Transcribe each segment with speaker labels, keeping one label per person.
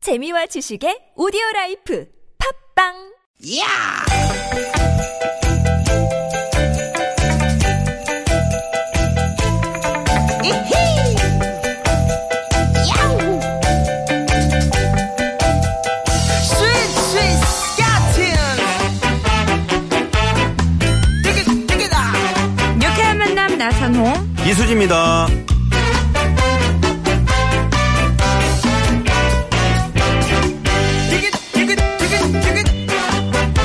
Speaker 1: 재미와 지식의 오디오 라이프 팝빵
Speaker 2: 야! 이히! 야우! 스윗, 스윗, 스카틴! 띠깃, 띠깃아!
Speaker 3: 유쾌한 만남 나선홍
Speaker 4: 이수지입니다.
Speaker 2: 띠깃, 띠깃, 띠깃, 띠깃.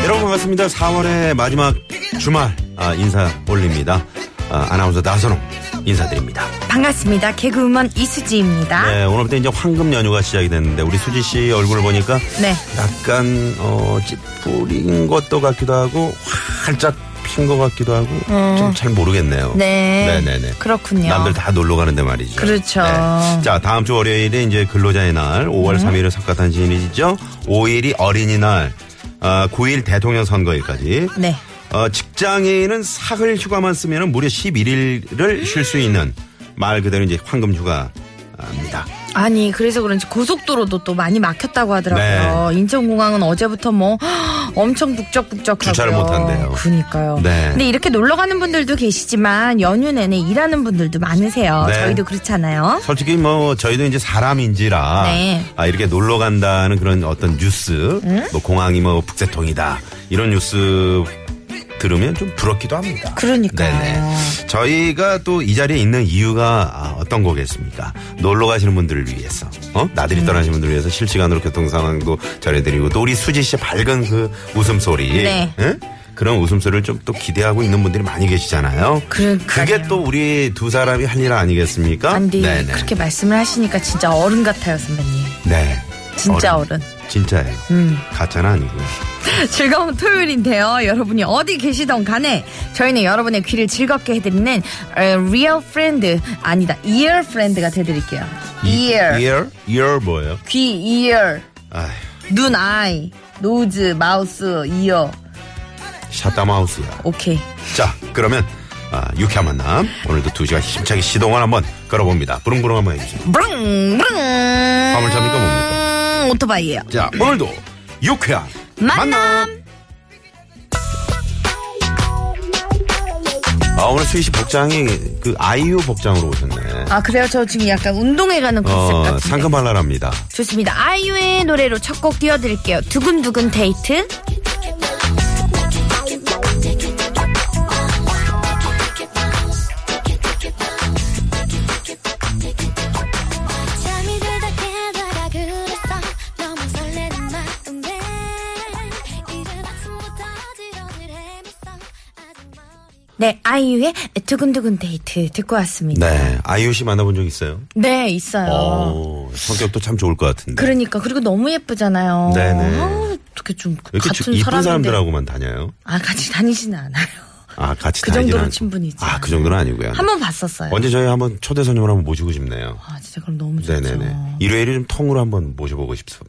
Speaker 4: 여러분 반갑습니다. 4월의 마지막 주말 아, 인사 올립니다. 아, 나운서 나선홍 인사드립니다.
Speaker 3: 반갑습니다 개그우먼 이수지입니다
Speaker 4: 네, 오늘부터 이제 황금 연휴가 시작이 됐는데 우리 수지 씨 얼굴을 보니까
Speaker 3: 네.
Speaker 4: 약간 어, 찌푸린 것도 같기도 하고 활짝 핀 것 같기도 하고 좀 잘 모르겠네요.
Speaker 3: 어. 네.
Speaker 4: 네네네.
Speaker 3: 그렇군요.
Speaker 4: 남들 다 놀러 가는데 말이죠. 네.
Speaker 3: 그렇죠.
Speaker 4: 자, 다음 주 월요일에 이제 근로자의 날, 5월
Speaker 3: 음.
Speaker 4: 3일은 석가탄신일이죠. 5일이 어린이날, 아, 9일 대통령 선거일까지.
Speaker 3: 네.
Speaker 4: 어, 직장인은 사흘 휴가만 쓰면 무려 11일을 쉴 수 있는 말 그대로 이제 황금 휴가입니다.
Speaker 3: 아니 그래서 그런지 고속도로도 또 많이 막혔다고 하더라고요
Speaker 4: 네.
Speaker 3: 인천공항은 어제부터 뭐 헉, 엄청 북적북적하고요
Speaker 4: 주차를 못 한대요.
Speaker 3: 그니까요
Speaker 4: 네.
Speaker 3: 근데 이렇게 놀러 가는 분들도 계시지만 연휴 내내 일하는 분들도 많으세요
Speaker 4: 네.
Speaker 3: 저희도 그렇잖아요
Speaker 4: 솔직히 뭐 저희도 이제 사람인지라
Speaker 3: 네.
Speaker 4: 아, 이렇게 놀러 간다는 그런 어떤 뉴스, 뭐 공항이 뭐 북새통이다 이런 뉴스 들으면 좀 부럽기도 합니다.
Speaker 3: 그러니까요.
Speaker 4: 네네. 저희가 또 이 자리에 있는 이유가 아, 어떤 거겠습니까? 놀러 가시는 분들을 위해서, 어?
Speaker 3: 음.
Speaker 4: 나들이 떠나시는 분들을 위해서 실시간으로 교통 상황도 전해드리고 또 우리 수지 씨의 밝은 그 웃음소리,
Speaker 3: 네.
Speaker 4: 응? 그런 웃음소리를 좀 또 기대하고 있는 분들이 많이 계시잖아요.
Speaker 3: 그러니까요.
Speaker 4: 그게 또 우리 두 사람이 할 일 아니겠습니까?
Speaker 3: 안디 그렇게 말씀을 하시니까 진짜 어른 같아요 선배님
Speaker 4: 네.
Speaker 3: 진짜 어른. 음.
Speaker 4: 진짜예요. 가짜는 아니고요.
Speaker 3: 즐거운 토요일인데요. 여러분이 어디 계시던 간에 저희는 여러분의 귀를 즐겁게 해드리는 어, real friend 아니다 ear friend가 돼드릴게요. ear
Speaker 4: ear? ear 뭐예요?
Speaker 3: 귀 ear
Speaker 4: 아휴,
Speaker 3: 눈 eye nose 마우스 ear
Speaker 4: 샷다마우스야.
Speaker 3: 오케이
Speaker 4: 자, 그러면 아, 유쾌한 만남 오늘도 두 시간 힘차게 시동을 한번 걸어봅니다. 부릉부릉 한번 해주세요.
Speaker 3: 브릉 브릉
Speaker 4: 화물차입니까, 뭡니까?
Speaker 3: 오토바이예요.
Speaker 4: 자, 오늘도 유쾌한
Speaker 3: 만남.
Speaker 4: 아, 오늘 수희 씨 복장이 그 아이유 복장으로 오셨네.
Speaker 3: 아 그래요? 저 지금 약간 운동회 가는 컨셉
Speaker 4: 어,
Speaker 3: 같은데.
Speaker 4: 상큼발랄합니다.
Speaker 3: 좋습니다. 아이유의 노래로 첫 곡 띄워드릴게요. 두근두근 데이트.
Speaker 5: 잠이 들다 깨달아 그랬어 너무 설레는 마음에 이른 아침부터 지러를 헤맸어 아직 머리
Speaker 3: 네, 아이유의 두근두근 데이트 듣고 왔습니다.
Speaker 4: 네, 아이유 씨 만나본 적 있어요?
Speaker 3: 네, 있어요.
Speaker 4: 어, 성격도 참 좋을 것 같은데.
Speaker 3: 그러니까 그리고 너무 예쁘잖아요.
Speaker 4: 네네.
Speaker 3: 아, 어떻게 좀
Speaker 4: 왜 이렇게 주-
Speaker 3: 같은
Speaker 4: 이쁜
Speaker 3: 사람인데.
Speaker 4: 사람들하고만 다녀요?
Speaker 3: 아 같이 다니지는 않아요.
Speaker 4: 아, 같이
Speaker 3: 그
Speaker 4: 다니진
Speaker 3: 정도로
Speaker 4: 않고.
Speaker 3: 친분이지.
Speaker 4: 아, 그 정도는 아니고요.
Speaker 3: 한 번 봤었어요.
Speaker 4: 언제 저희 한번 초대 손님을 한번 모시고 싶네요.
Speaker 3: 아 진짜 그럼 너무 좋죠.
Speaker 4: 네네네. 일요일에 좀 통으로 한번 모셔보고 싶어.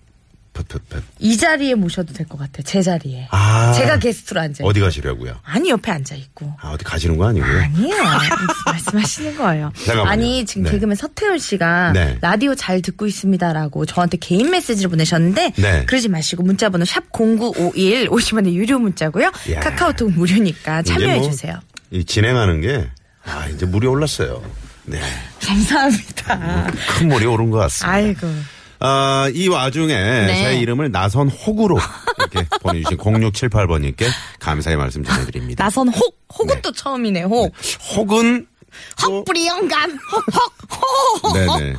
Speaker 4: 헵, 헵, 헵.
Speaker 3: 이 자리에 모셔도 될 것 같아요. 제 자리에.
Speaker 4: 아.
Speaker 3: 제가 게스트로 앉아.
Speaker 4: 어디 가시려고요?
Speaker 3: 아니 옆에 앉아 있고.
Speaker 4: 아, 어디 가시는 거 아니고요?
Speaker 3: 네. 아니에요. 말씀하시는 거예요.
Speaker 4: 잠깐만요.
Speaker 3: 아니 지금
Speaker 4: 네.
Speaker 3: 개그맨 서태훈 씨가
Speaker 4: 네.
Speaker 3: 라디오 잘 듣고 있습니다라고 저한테 개인 메시지를 보내셨는데
Speaker 4: 네.
Speaker 3: 그러지 마시고 문자번호 샵 #0951 50원의 유료 문자고요.
Speaker 4: 야.
Speaker 3: 카카오톡 무료니까
Speaker 4: 이제
Speaker 3: 참여해
Speaker 4: 뭐
Speaker 3: 주세요.
Speaker 4: 이 진행하는 게, 아, 이제 물이 올랐어요. 네.
Speaker 3: 감사합니다.
Speaker 4: 큰 물이 오른 것 같습니다.
Speaker 3: 아. 아이고. 네.
Speaker 4: 아, 이 와중에 제 이름을 나선혹으로 이렇게 보내주신 0678번님께 감사의 말씀 전해드립니다.
Speaker 3: 나선 혹 혹은
Speaker 4: 네.
Speaker 3: 또 처음이네 혹.
Speaker 4: 혹은 또-
Speaker 3: 헛뿌리 영감 혹혹혹
Speaker 4: 네네.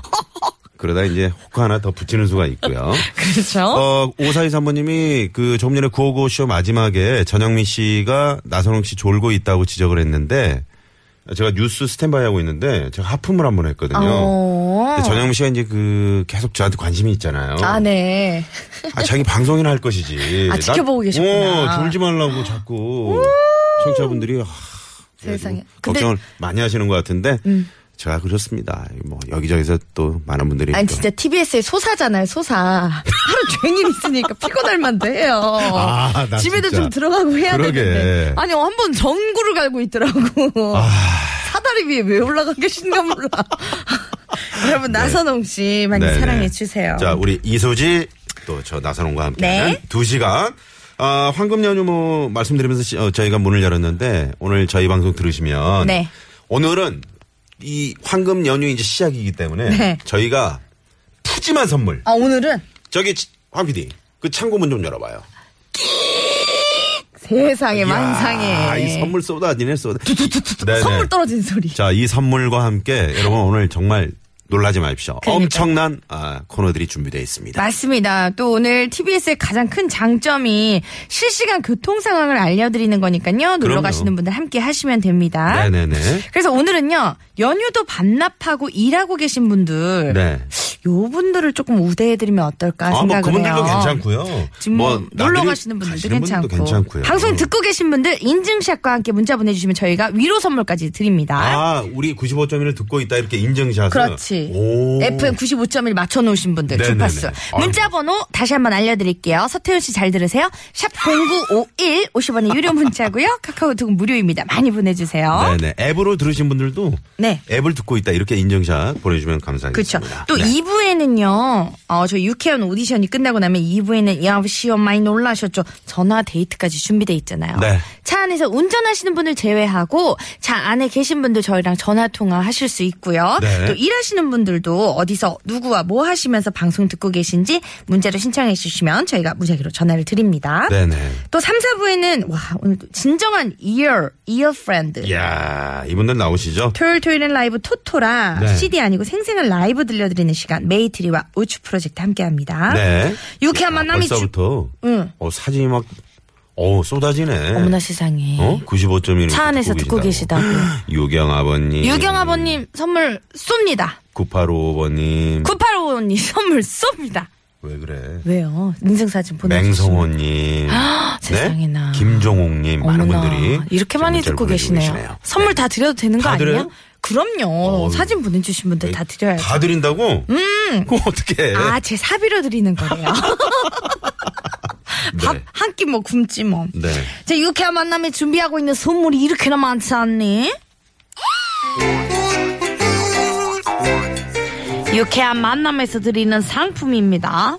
Speaker 4: 그러다 이제 혹 하나 더 붙이는 수가 있고요.
Speaker 3: 그렇죠?
Speaker 4: 어, 5423번님이 그 조금 전에 955쇼 마지막에 전영미 씨가 나선홍 씨 졸고 있다고 지적을 했는데 제가 뉴스 스탠바이 하고 있는데 제가 하품을 한 번 했거든요. 네,
Speaker 3: 어.
Speaker 4: 근데 전영미 씨가 이제 그 계속 저한테 관심이 있잖아요.
Speaker 3: 아 네.
Speaker 4: 아, 자기 방송이나 할 것이지.
Speaker 3: 아, 지켜보고 계셨구나. 음.
Speaker 4: 어, 졸지 말라고 자꾸 청취자분들이 아,
Speaker 3: 세상에.
Speaker 4: 그래가지고
Speaker 3: 근데- 음.
Speaker 4: 걱정을 많이 하시는 것 같은데 제가 그렇습니다. 뭐 여기저기서 또 많은 분들이
Speaker 3: 아니
Speaker 4: 또
Speaker 3: 진짜 TBS의 소사잖아요 소사 하루 종일 있으니까 피곤할 만도 해요
Speaker 4: 아, 나
Speaker 3: 집에도
Speaker 4: 진짜.
Speaker 3: 좀 들어가고 해야
Speaker 4: 그러게.
Speaker 3: 되는데 아니 어, 한 번 전구를 갈고 있더라고
Speaker 4: 아.
Speaker 3: 사다리 위에 왜 올라가 계신가 몰라 여러분 나선홍 씨 많이
Speaker 4: 네네.
Speaker 3: 사랑해 주세요
Speaker 4: 자, 우리 이소지 또 저 나선홍과 함께하는
Speaker 3: 네.
Speaker 4: 두 시간. 아, 황금 연휴 뭐 말씀드리면서 시- 어, 저희가 문을 열었는데 오늘 저희 방송 들으시면
Speaker 3: 네.
Speaker 4: 오늘은 이 황금 연휴 이제 시작이기 때문에
Speaker 3: 네.
Speaker 4: 저희가 푸짐한 선물.
Speaker 3: 아, 오늘은
Speaker 4: 저기 지- 황 PD 그 창고 문 좀 열어봐요.
Speaker 3: 세상에
Speaker 4: 아,
Speaker 3: 만상에
Speaker 4: 이 선물 쏟아지네 쏟아. 네네.
Speaker 3: 선물 떨어진 소리.
Speaker 4: 자, 이 선물과 함께 여러분 오늘 정말 놀라지 마십시오.
Speaker 3: 그러니까요.
Speaker 4: 엄청난 아, 코너들이 준비되어 있습니다.
Speaker 3: 맞습니다. 또 오늘 TBS의 가장 큰 장점이 실시간 교통 상황을 알려드리는 거니까요. 놀러
Speaker 4: 그럼요.
Speaker 3: 가시는 분들 함께 하시면 됩니다.
Speaker 4: 네네네.
Speaker 3: 그래서 오늘은요, 연휴도 반납하고 일하고 계신 분들,
Speaker 4: 네.
Speaker 3: 요 분들을 조금 우대해드리면 어떨까
Speaker 4: 아,
Speaker 3: 생각을
Speaker 4: 뭐 그분들도
Speaker 3: 해요.
Speaker 4: 괜찮고요.
Speaker 3: 지금 뭐 놀러
Speaker 4: 나들이
Speaker 3: 가시는 분들도
Speaker 4: 가시는
Speaker 3: 괜찮고.
Speaker 4: 괜찮고요. 음.
Speaker 3: 방송 듣고 계신 분들 인증샷과 함께 문자 보내주시면 저희가 위로 선물까지 드립니다.
Speaker 4: 아, 우리 95.1을 듣고 있다 이렇게 인증샷을.
Speaker 3: 그렇지.
Speaker 4: 오.
Speaker 3: FM 95.1 맞춰놓으신 분들
Speaker 4: 네네네.
Speaker 3: 주파수.
Speaker 4: 아유.
Speaker 3: 문자 번호 다시 한번 알려드릴게요. 서태훈 씨 잘 들으세요. 샵 0951 50원의 유료 문자고요. 카카오톡은 무료입니다. 많이 보내주세요.
Speaker 4: 네네. 앱으로 들으신 분들도
Speaker 3: 어? 네.
Speaker 4: 앱을 듣고 있다 이렇게 인증샷 보내주면 감사하겠습니다.
Speaker 3: 그렇죠. 또
Speaker 4: 네.
Speaker 3: 2부에는요. 어, 저 유쾌한 오디션이 끝나고 나면 2부에는 야 시험 많이 놀라셨죠. 전화 데이트까지 준비돼 있잖아요.
Speaker 4: 네.
Speaker 3: 차 안에서 운전하시는 분을 제외하고 차 안에 계신 분들 저희랑 전화 통화하실 수 있고요.
Speaker 4: 네.
Speaker 3: 또 일하시는 분들도 어디서 누구와 뭐 하시면서 방송 듣고 계신지 문자로 신청해 주시면 저희가 무작위로 전화를 드립니다.
Speaker 4: 네네.
Speaker 3: 또 3, 4부에는 와 오늘 또 진정한 이어 이어
Speaker 4: 예.
Speaker 3: 프렌드
Speaker 4: 이야, 이분들 나오시죠?
Speaker 3: 토요일 토요일엔 라이브 토토라
Speaker 4: 네.
Speaker 3: CD 아니고 생생한 라이브 들려드리는 시간 메이트리와 우추 프로젝트 함께합니다.
Speaker 4: 네.
Speaker 3: 유쾌한 아? 만남이 주...
Speaker 4: 벌써부터
Speaker 3: 응.
Speaker 4: 어, 사진이 막 어, 쏟아지네.
Speaker 3: 어머나 세상에
Speaker 4: 어? 95.1.
Speaker 3: 차 안에서 듣고 계시다고.
Speaker 4: 유경 아버님.
Speaker 3: 유경 아버님 선물 쏩니다.
Speaker 4: 음. 9855번님.
Speaker 3: 9855님 선물 쏩니다.
Speaker 4: 왜 그래?
Speaker 3: 왜요? 인증사진 보내주세요.
Speaker 4: 맹성호님.
Speaker 3: 아,
Speaker 4: 네?
Speaker 6: 네?
Speaker 3: 세상에나.
Speaker 4: 김종옥님. 많은
Speaker 3: 어머나,
Speaker 4: 분들이.
Speaker 3: 이렇게
Speaker 4: 지금
Speaker 3: 많이
Speaker 4: 문자를
Speaker 3: 듣고
Speaker 4: 보내주고
Speaker 3: 계시네요.
Speaker 4: 계시네요.
Speaker 3: 선물 다 드려도 되는 거
Speaker 4: 다 드려요?
Speaker 3: 아니에요? 그럼요.
Speaker 4: 어우.
Speaker 3: 사진 보내주신 분들 다 드려야죠.
Speaker 4: 다 드린다고? 음. 그거 어떻게
Speaker 3: 아, 제 사비로 드리는 거예요. 밥
Speaker 4: 네.
Speaker 3: 한 끼 뭐 굶지 뭐.
Speaker 4: 네.
Speaker 3: 제 유쾌한 만남에 준비하고 있는 선물이 이렇게나 많지 않니? 유쾌한 만남에서 드리는 상품입니다.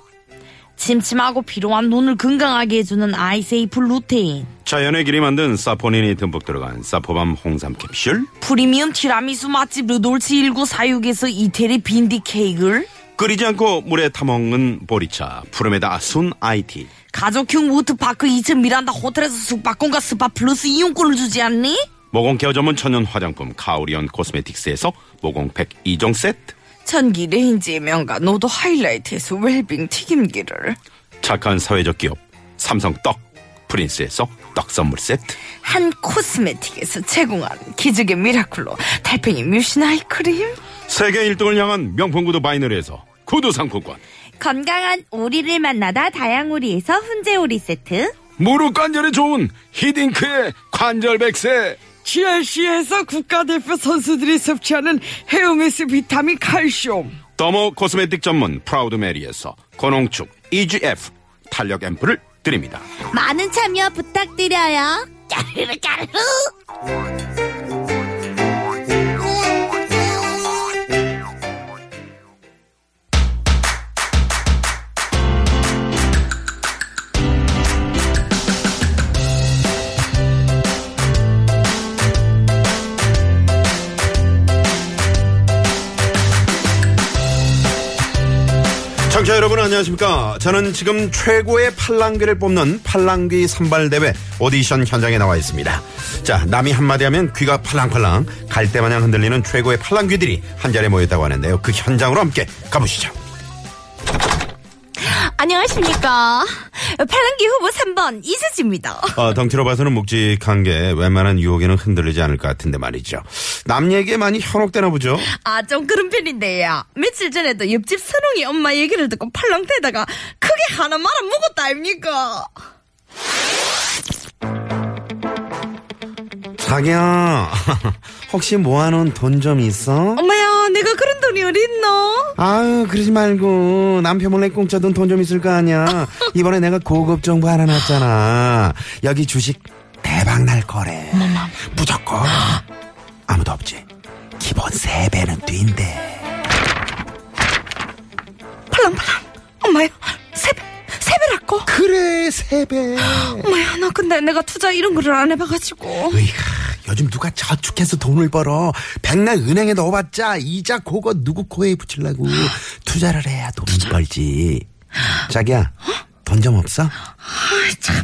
Speaker 3: 침침하고 피로한 눈을 건강하게 해주는 아이세이프 루테인,
Speaker 6: 자연의 길이 만든 사포닌이 듬뿍 들어간 사포밤 홍삼 캡슐
Speaker 3: 프리미엄 티라미수 맛집 르돌치 1946에서 이태리 빈디 케이크를,
Speaker 6: 끓이지 않고 물에 타먹는 보리차 푸르메다 순 아이티
Speaker 3: 가족형 워터파크 2층 미란다 호텔에서 숙박권과 스파 플러스 이용권을 주지 않니?
Speaker 6: 모공 케어 전문 천연 화장품 카오리언 코스메틱스에서 모공팩 2종 세트
Speaker 3: 전기 레인지의 명가 노도 하이라이트에서 웰빙 튀김기를
Speaker 6: 착한 사회적 기업 삼성 떡 프린스에서 떡 선물 세트
Speaker 3: 한 코스메틱에서 제공한 기적의 미라클로 달팽이 뮤신 아이크림
Speaker 6: 세계 1등을 향한 명품 구두 바이너리에서 구두 상품권
Speaker 1: 건강한 오리를 만나다 다양오리에서 훈제오리 세트
Speaker 6: 무릎 관절에 좋은 히딩크의 관절 백세
Speaker 7: GRC에서 국가대표 선수들이 섭취하는 헤어메스 비타민 칼슘
Speaker 6: 더모 코스메틱 전문 프라우드 메리에서 고농축 EGF 탄력 앰플을 드립니다.
Speaker 1: 많은 참여 부탁드려요 까르르 까르르
Speaker 4: 청취자 여러분 안녕하십니까. 저는 지금 최고의 팔랑귀를 뽑는 팔랑귀 선발대회 오디션 현장에 나와 있습니다. 자, 남이 한마디 하면 귀가 팔랑팔랑 갈 때 마냥 흔들리는 최고의 팔랑귀들이 한 자리에 모였다고 하는데요. 그 현장으로 함께 가보시죠.
Speaker 1: 안녕하십니까 팔랑기 후보 3번 이수지입니다
Speaker 4: 어, 덩치로 봐서는 묵직한 게 웬만한 유혹에는 흔들리지 않을 것 같은데 말이죠. 남 얘기에 많이 현혹되나 보죠.
Speaker 3: 아 좀 그런 편인데요 며칠 전에도 옆집 선홍이 엄마 얘기를 듣고 팔랑대다가 크게 하나 말아먹었다 아닙니까
Speaker 4: 자기야, 혹시 모아놓은 돈 좀 있어?
Speaker 3: 엄마야 내가 그런 돈이 어딨노
Speaker 4: 아유, 그러지 말고 남편 몰래 공짜 돈 돈 좀 있을 거 아니야. 이번에 내가 고급 정보 하나 놨잖아. 여기 주식 대박 날 거래. 무조건 아무도 없지. 기본 세배는 뛴대.
Speaker 3: 팔랑팔랑 엄마야 세배 먹고?
Speaker 8: 그래 세배.
Speaker 3: 뭐야, 나 근데 내가 투자 이런 거를 안 해봐가지고.
Speaker 8: 네. 으이가 요즘 누가 저축해서 돈을 벌어 백날 은행에 넣어봤자 이자 그거 누구 코에 붙이려고 투자를 해야 돈 벌지. 자기야 돈 좀 없어?
Speaker 3: 아이, 참.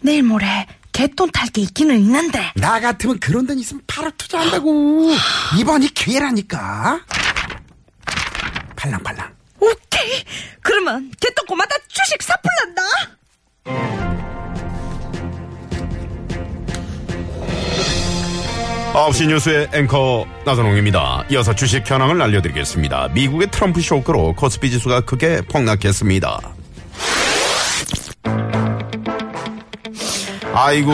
Speaker 3: 내일 모레 개돈 탈 게 있기는 있는데.
Speaker 8: 나 같으면 그런 돈 있으면 바로 투자한다고. 이번이 기회라니까. 팔랑팔랑.
Speaker 3: 오케이. 그러면 개똥 고마다 주식 사풀난다.
Speaker 4: 아홉 시 뉴스의 앵커 나선홍입니다. 이어서 주식 현황을 알려드리겠습니다. 미국의 트럼프 쇼크로 코스피 지수가 크게 폭락했습니다. 아이고,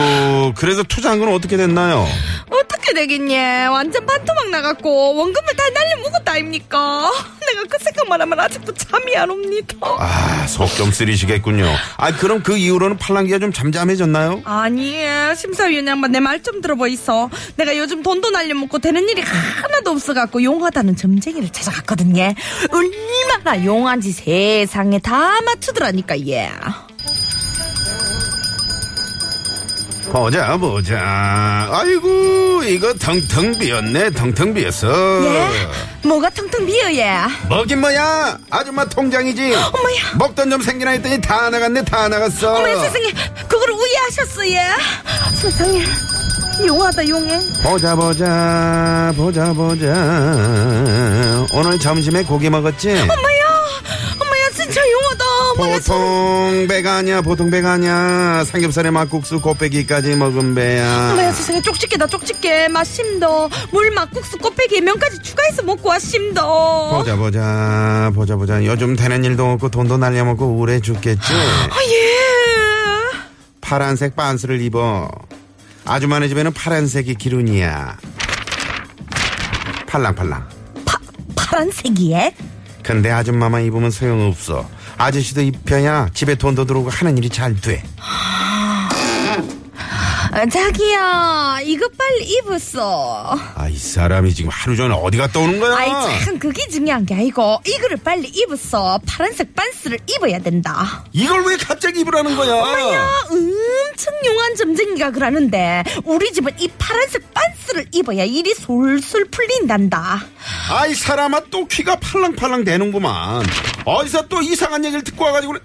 Speaker 4: 그래서 투자한 건 어떻게 됐나요?
Speaker 3: 어떻게 되겠냐. 완전 반토막 나갔고 원금을 다 날려 먹었다 아닙니까? 내가 그 생각만 하면 아직도 잠이 안 옵니다.
Speaker 4: 아, 속 좀 쓰리시겠군요. 아, 그럼 그 이후로는 팔랑기가 좀 잠잠해졌나요?
Speaker 3: 아니에요. 심사위원 양반 내 말 좀 들어봐 있어. 내가 요즘 돈도 날려먹고 되는 일이 하나도 없어갖고 용하다는 점쟁이를 찾아갔거든요. 얼마나 용한지 세상에 다 맞추더라니까 얘.
Speaker 4: 보자, 보자. 아이고, 이거 텅텅 비었네, 텅텅 비었어.
Speaker 3: 얘? 뭐가 텅텅 비어 얘.
Speaker 4: 먹인 뭐야? 아줌마 통장이지.
Speaker 3: 어머야.
Speaker 4: 먹던 좀 생기나 했더니 다 나갔네, 다 나갔어.
Speaker 3: 어머 세상에 그걸 우회하셨어 얘 세상에 용하다 용해
Speaker 4: 보자, 보자, 보자, 보자. 오늘 점심에 고기 먹었지?
Speaker 3: 엄마야 엄마야 진짜 용하다 엄마야
Speaker 4: 어, 보통 배가 아니야, 보통 배가 아니야. 삼겹살에 막국수, 곱빼기까지 먹은 배야.
Speaker 3: 엄마야 세상에 쪽집게다 쪽집게 맛심도 물 막국수 꽃배기에 면까지 추가해서 먹고 와 심도
Speaker 4: 보자 보자 보자 보자 요즘 되는 일도 없고 돈도 날려먹고 우울해 죽겠지
Speaker 3: 아, 예. 아예
Speaker 4: 파란색 반스를 입어 아주머니 집에는 파란색이 기운이야 팔랑팔랑
Speaker 3: 파란색이에
Speaker 4: 근데 아줌마만 입으면 소용없어 아저씨도 입혀야 집에 돈도 들어오고 하는 일이 잘돼
Speaker 3: 아, 자기야 이거 빨리 입었어
Speaker 4: 아 이 사람이 지금 하루 종일 어디 갔다 오는 거야
Speaker 3: 아이 참 그게 중요한 게 아니고 이거를 빨리 입었어 파란색 반스를 입어야 된다
Speaker 4: 이걸 왜 갑자기 입으라는 거야
Speaker 3: 아, 엄청 용한 점쟁이가 그러는데 우리 집은 이 파란색 반스를 입어야 일이 솔솔 풀린단다.
Speaker 4: 아이 사람아 또 귀가 팔랑팔랑 되는구만 어디서 또 이상한 얘기를 듣고 와가지고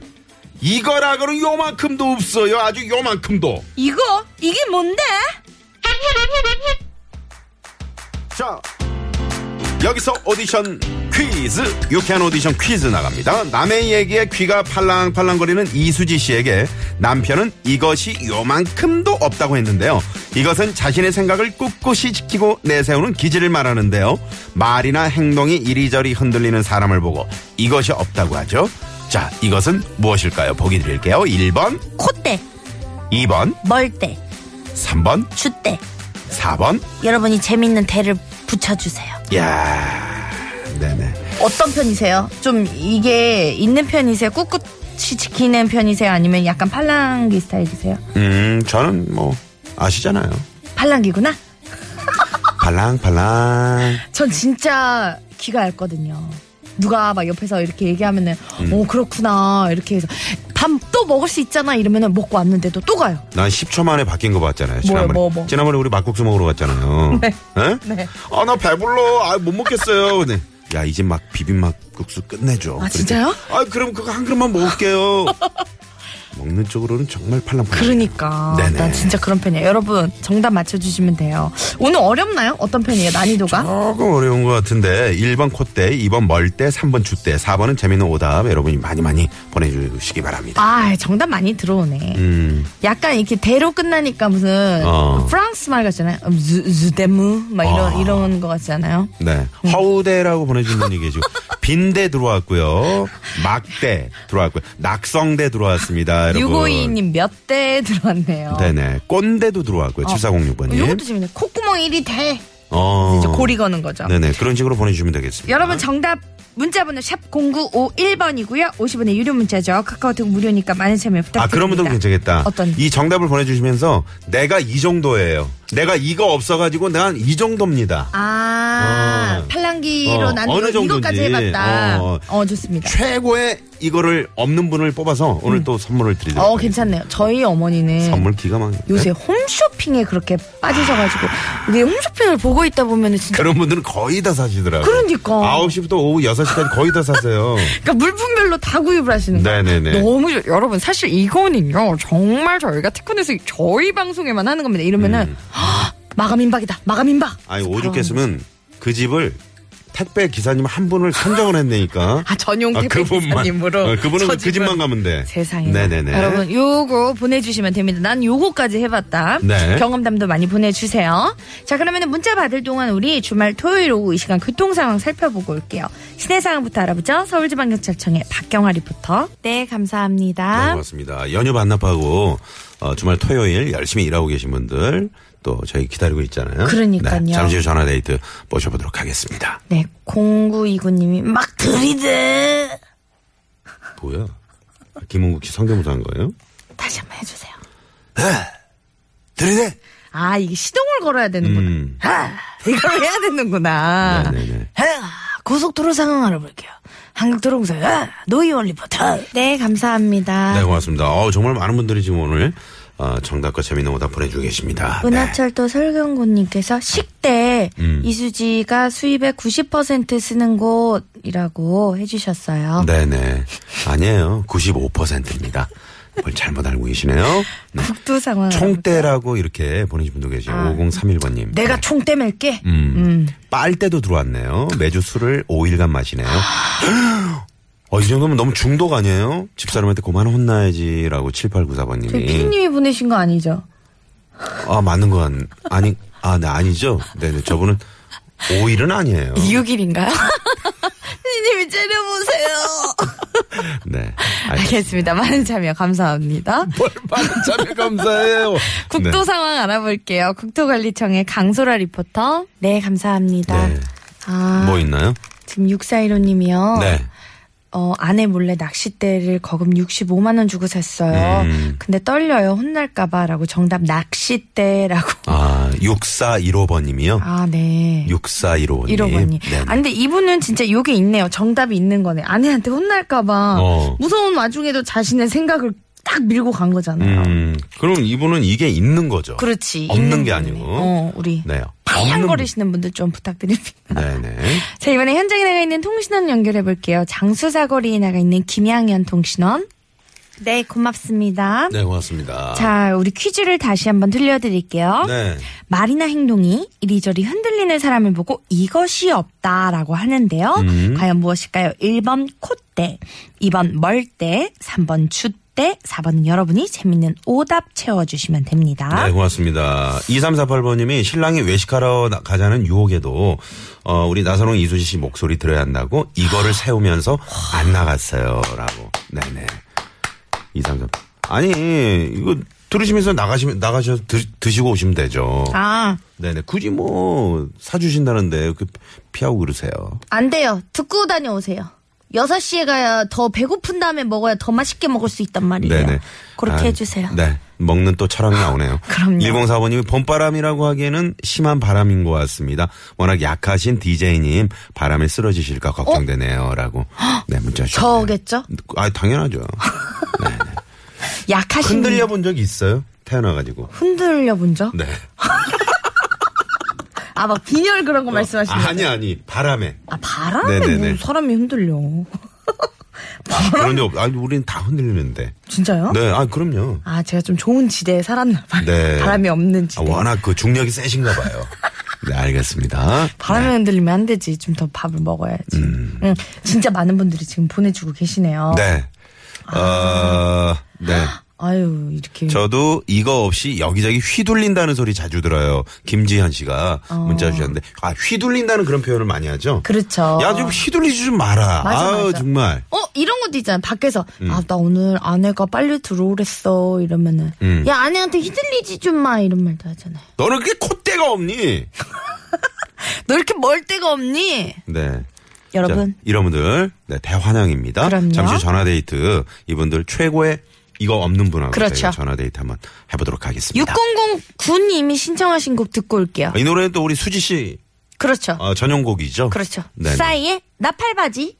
Speaker 4: 이거라고는 요만큼도 없어요 아주 요만큼도
Speaker 3: 이거 이게 뭔데?
Speaker 4: 자 여기서 오디션 퀴즈 유쾌한 오디션 퀴즈 나갑니다 남의 얘기에 귀가 팔랑팔랑거리는 이수지 씨에게 남편은 이것이 요만큼도 없다고 했는데요 이것은 자신의 생각을 꿋꿋이 지키고 내세우는 기질을 말하는데요 말이나 행동이 이리저리 흔들리는 사람을 보고 이것이 없다고 하죠 자 이것은 무엇일까요 보기 드릴게요 1번
Speaker 9: 콧대,
Speaker 4: 2번
Speaker 9: 멀대,
Speaker 4: 3번
Speaker 9: 주대.
Speaker 4: 4번
Speaker 9: 여러분이 재밌는 대를 붙여주세요.
Speaker 4: 야 네네
Speaker 3: 어떤 편이세요? 좀 이게 있는 편이세요? 꿋꿋이 지키는 편이세요? 아니면 약간 팔랑기 스타일이세요?
Speaker 4: 음, 저는 뭐 아시잖아요.
Speaker 3: 팔랑기구나?
Speaker 4: 발랑발랑.
Speaker 3: 전 진짜 귀가 얇거든요. 누가 막 옆에서 이렇게 얘기하면은
Speaker 4: 음.
Speaker 3: 오 그렇구나 이렇게 해서 밥 또 먹을 수 있잖아 이러면은 먹고 왔는데도 또 가요.
Speaker 4: 난 10초 만에 바뀐 거 봤잖아요.
Speaker 3: 뭐요,
Speaker 4: 지난번에
Speaker 3: 뭐, 뭐.
Speaker 4: 지난번에 우리 막국수 먹으러 갔잖아요.
Speaker 3: 네.
Speaker 4: 에?
Speaker 3: 네.
Speaker 4: 아, 나 배불러. 아, 못 먹겠어요. 근데 야, 이제 막 비빔막국수 끝내줘.
Speaker 3: 아,
Speaker 4: 그러니까,
Speaker 3: 진짜요?
Speaker 4: 아, 그럼 그거 한 그릇만 먹을게요. 먹는 쪽으로는 정말 팔랑팔랑.
Speaker 3: 그러니까
Speaker 4: 네네.
Speaker 3: 난 진짜 그런 편이에요. 여러분 정답 맞춰주시면 돼요. 오늘 어렵나요? 어떤 편이에요? 난이도가?
Speaker 4: 조금 어려운 것 같은데 1번 콧대, 2번 멀대, 3번 주대, 4번은 재미있는 오답 여러분이 많이 많이 보내주시기 바랍니다.
Speaker 3: 아 정답 많이 들어오네.
Speaker 4: 음.
Speaker 3: 약간 이렇게 대로 끝나니까 무슨
Speaker 4: 어.
Speaker 3: 프랑스 말 같잖아요. 음, 즈- 즈데무 막 이런
Speaker 4: 아.
Speaker 3: 이런 거 같잖아요.
Speaker 4: 네. 허우대라고 보내주신 분이 계시고, 빈대 들어왔고요. 막대 들어왔고요. 낙성대 들어왔습니다, 여러분.
Speaker 3: 유고이님 몇 대 들어왔네요.
Speaker 4: 네네. 꼰대도 들어왔고요. 7406번님.
Speaker 3: 이것도 재밌네. 콧구멍 1위 대.
Speaker 4: 어.
Speaker 3: 이제 고리 거는 거죠.
Speaker 4: 네네. 그런 식으로 보내주시면 되겠습니다.
Speaker 3: 여러분 정답 문자번호 샵 0951번이고요. 50원의 유료 문자죠. 카카오톡 무료니까 많은 참여 부탁드립니다.
Speaker 4: 아, 그런 분들은 괜찮겠다.
Speaker 3: 어떤?
Speaker 4: 이 정답을 보내주시면서 내가 이 정도예요. 내가 이거 없어가지고 난 이 정도입니다.
Speaker 3: 아,
Speaker 4: 어.
Speaker 3: 팔랑기로
Speaker 4: 어,
Speaker 3: 나는
Speaker 4: 어느
Speaker 3: 이것까지
Speaker 4: 정도인지.
Speaker 3: 해봤다.
Speaker 4: 어,
Speaker 3: 어,
Speaker 4: 어.
Speaker 3: 좋습니다.
Speaker 4: 최고의 이거를 없는 분을 뽑아서 오늘 또 선물을 드리도록
Speaker 3: 음. 어,
Speaker 4: 하겠습니다.
Speaker 3: 괜찮네요. 저희 어머니는
Speaker 4: 선물 기가 막혀.
Speaker 3: 요새 홈쇼핑에 그렇게 빠지셔가지고 이게 홈쇼핑을 보고 있다 보면은 진짜
Speaker 4: 그런 분들은 거의 다 사시더라고요.
Speaker 3: 그러니까.
Speaker 4: 9시부터 오후 6시까지 거의 다 사세요.
Speaker 3: 그러니까 물품별로 다 구입을 하시는 거예요.
Speaker 4: 네네네.
Speaker 3: 그러니까 너무 좋- 여러분 사실 이거는요 정말 저희가 특훈에서 저희 방송에만 하는 겁니다. 이러면은 "헉, 마감 임박이다. 마감 임박.
Speaker 4: 음. 아니, 오죽했으면 그 집을 택배 기사님 한 분을 선정을 했다니까.
Speaker 3: 아 전용 택배 기사님으로
Speaker 4: 어, 그분은
Speaker 3: 저
Speaker 4: 그 집만 가면 돼.
Speaker 3: 세상에
Speaker 4: 네네네.
Speaker 3: 여러분 요거 보내주시면 됩니다. 난 요거까지 해봤다.
Speaker 4: 네.
Speaker 3: 경험담도 많이 보내주세요. 자 그러면 문자 받을 동안 우리 주말 토요일 오후 이 시간 교통 상황 살펴보고 올게요. 시내 상황부터 알아보죠. 서울지방경찰청의 박경화 리포터. 네
Speaker 4: 네,
Speaker 3: 감사합니다.
Speaker 4: 고맙습니다. 연휴 반납하고 어, 주말 토요일 열심히 일하고 계신 분들 또 저희 기다리고 있잖아요.
Speaker 3: 그러니까요.
Speaker 4: 네, 잠시 후 전화 데이트 모셔보도록 하겠습니다.
Speaker 3: 네 0929님이 막 들이대.
Speaker 4: 뭐야? 김은국 씨 성대모사 한 거예요?
Speaker 3: 다시 한번 해주세요.
Speaker 4: 들이대!
Speaker 3: 아 이게 시동을 걸어야 되는구나. 아,
Speaker 4: 음.
Speaker 3: 이걸 해야 되는구나.
Speaker 4: 네네.
Speaker 9: 고속도로 상황 알아볼게요. 한국도로공사 아, 노이원 리포터.
Speaker 3: 네 감사합니다.
Speaker 4: 네, 고맙습니다. 어, 정말 많은 분들이 지금 오늘 어, 정답과 재미있는 오답 보내주고 계십니다.
Speaker 9: 은하철도 설경구님께서 식대
Speaker 4: 네. 음.
Speaker 9: 이수지가 수입의 90% 쓰는 곳이라고 해주셨어요.
Speaker 4: 네. 네네. 아니에요. 95%입니다. 뭘 잘못 알고 계시네요.
Speaker 3: 음.
Speaker 4: 네.
Speaker 3: 또 상황.
Speaker 4: 총대라고 이렇게 보내신 분도 계시고 5031번님.
Speaker 3: 아. 내가 총대 맬게.
Speaker 4: 음. 빨대도 들어왔네요. 매주 술을 5일간 마시네요. 어, 이 정도면 너무 중독 아니에요? 집사람한테 그만 혼나야지라고 7894번님이.
Speaker 3: 피님이 보내신 거 아니죠?
Speaker 4: 아, 맞는 것 같, 아니, 아, 네, 아니죠? 네네, 저분은 5일은 아니에요.
Speaker 3: 6일인가요? 피님이 째려보세요.
Speaker 4: 네.
Speaker 3: 알겠습니다. 많은 참여 감사합니다.
Speaker 4: 뭘 많은 참여 감사해요. 네.
Speaker 3: 국도 상황 알아볼게요. 국토관리청의 강소라 리포터.
Speaker 9: 네, 감사합니다.
Speaker 4: 네. 네.
Speaker 9: 아,
Speaker 4: 뭐 있나요?
Speaker 9: 지금 6415님이요.
Speaker 4: 네.
Speaker 9: 어, 아내 몰래 낚싯대를 거금 65만원 주고 샀어요.
Speaker 4: 음.
Speaker 9: 근데 떨려요. 혼날까봐라고 정답 낚싯대라고.
Speaker 4: 아, 6415번님이요?
Speaker 9: 아, 네.
Speaker 4: 6415번님.
Speaker 9: 1호번님.
Speaker 4: 네.
Speaker 9: 아니, 근데 이분은 진짜 요게 있네요. 정답이 있는 거네. 아내한테 혼날까봐.
Speaker 4: 어.
Speaker 9: 무서운 와중에도 자신의 생각을 딱 밀고 간 거잖아요.
Speaker 4: 음, 그럼 이분은 이게 있는 거죠?
Speaker 9: 그렇지.
Speaker 4: 없는
Speaker 9: 있는
Speaker 4: 게
Speaker 9: 거네.
Speaker 4: 아니고.
Speaker 9: 어, 우리.
Speaker 4: 네.
Speaker 9: 파양거리시는 분들 좀 부탁드립니다.
Speaker 4: 네네.
Speaker 9: 자, 이번에 현장에 나가 있는 통신원 연결해 볼게요. 장수사거리에 나가 있는 김양현 통신원. 네, 고맙습니다.
Speaker 4: 네, 고맙습니다.
Speaker 9: 자, 우리 퀴즈를 다시 한번 들려드릴게요.
Speaker 4: 네.
Speaker 9: 말이나 행동이 이리저리 흔들리는 사람을 보고 이것이 없다라고 하는데요.
Speaker 4: 음.
Speaker 9: 과연 무엇일까요? 1번 콧대, 2번 멀대, 3번 줏대, 4번은 여러분이 재밌는 오답 채워주시면 됩니다.
Speaker 3: 아?
Speaker 4: 네, 고맙습니다. 2348번님이 신랑이 외식하러 나- 가자는 유혹에도, 어, 우리 나선홍 이수지 씨 목소리 들어야 한다고 이거를 세우면서 안 나갔어요. 라고. 네네. 233. 아니, 이거 들으시면서 나가시면, 나가셔서 드, 시고 오시면 되죠.
Speaker 9: 아,
Speaker 4: 네네. 굳이 뭐, 사주신다는데, 그, 피하고 그러세요.
Speaker 9: 안 돼요. 듣고 다녀오세요. 6시에 가야 더 배고픈 다음에 먹어야 더 맛있게 먹을 수 있단
Speaker 3: 예.
Speaker 9: 말이에요.
Speaker 4: 네네.
Speaker 9: 그렇게
Speaker 4: 아,
Speaker 9: 해주세요.
Speaker 4: 네. 먹는 또 철학이 나오네요. 그럼요. 1045번님이 봄바람이라고 하기에는 심한 바람인 것 같습니다. 워낙 약하신 DJ님 바람에 쓰러지실까 걱정되네요. 라고. 네, 문자 주셨어요.
Speaker 9: 저겠죠?
Speaker 4: 아, 당연하죠. 네, 네.
Speaker 9: 약하신
Speaker 4: 흔들려 본 적이 있어요? 태어나가지고.
Speaker 9: 흔들려 본 적?
Speaker 4: 네.
Speaker 3: 아, 막 빈혈 그런 거 말씀하시는
Speaker 4: 어, 아니, 아니. 바람에.
Speaker 3: 아, 바람에
Speaker 4: 네네네.
Speaker 3: 뭐 사람이 흔들려.
Speaker 4: 그런 적 없, 아니, 우린 다 흔들리는데.
Speaker 3: 진짜요?
Speaker 4: 네, 아, 그럼요.
Speaker 3: 어? 아, 제가 좀 좋은 지대에 살았나 봐요.
Speaker 4: 네.
Speaker 3: 바람이 없는
Speaker 4: 아,
Speaker 3: 지대.
Speaker 4: 워낙 그 중력이 세신가 봐요. 네, 알겠습니다.
Speaker 3: 바람에 흔들리면 안 되지. 좀 더 밥을 먹어야지. 응, 진짜 많은 분들이 지금 보내주고 계시네요.
Speaker 4: 음. 네. 어, 네.
Speaker 3: 아유, 이렇게.
Speaker 4: 저도 이거 없이 여기저기 휘둘린다는 소리 자주 들어요. 김지현 씨가 문자 주셨는데 아 휘둘린다는 그런 표현을 많이 하죠.
Speaker 3: 어. 그렇죠.
Speaker 4: 야 좀 휘둘리지 좀 마라.
Speaker 3: 맞아,
Speaker 4: 아유
Speaker 3: 맞아.
Speaker 4: 정말.
Speaker 3: 어, 이런 것도 있잖아. 밖에서.
Speaker 4: 음.
Speaker 3: 아, 나 오늘 아내가 빨리 들어오랬어. 이러면은.
Speaker 4: 음.
Speaker 9: 야, 아내한테 휘둘리지 좀 마. 이런 말도 하잖아요.
Speaker 4: 너는 그게 콧대가 없니?
Speaker 3: 너 이렇게 멀 데가 없니?
Speaker 4: 네.
Speaker 9: 여러분.
Speaker 4: 자, 이런 분들 네, 대환영입니다.
Speaker 3: 그럼요.
Speaker 4: 잠시 전화 데이트 이분들 최고의 이거 없는 분하고
Speaker 3: 그렇죠.
Speaker 4: 저희가 전화 데이트 한번 해보도록 하겠습니다.
Speaker 9: 6009님이 신청하신 곡 듣고 올게요.
Speaker 4: 이 노래는 또 우리 수지 씨
Speaker 9: 그렇죠.
Speaker 4: 어, 네, 전용곡이죠.
Speaker 9: 그렇죠.
Speaker 4: 네네.
Speaker 9: 싸이의 나팔바지.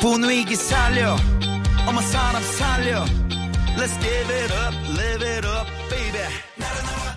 Speaker 8: 분위기 살려 어머 사람 살려 Let's give it up live it up baby 나른한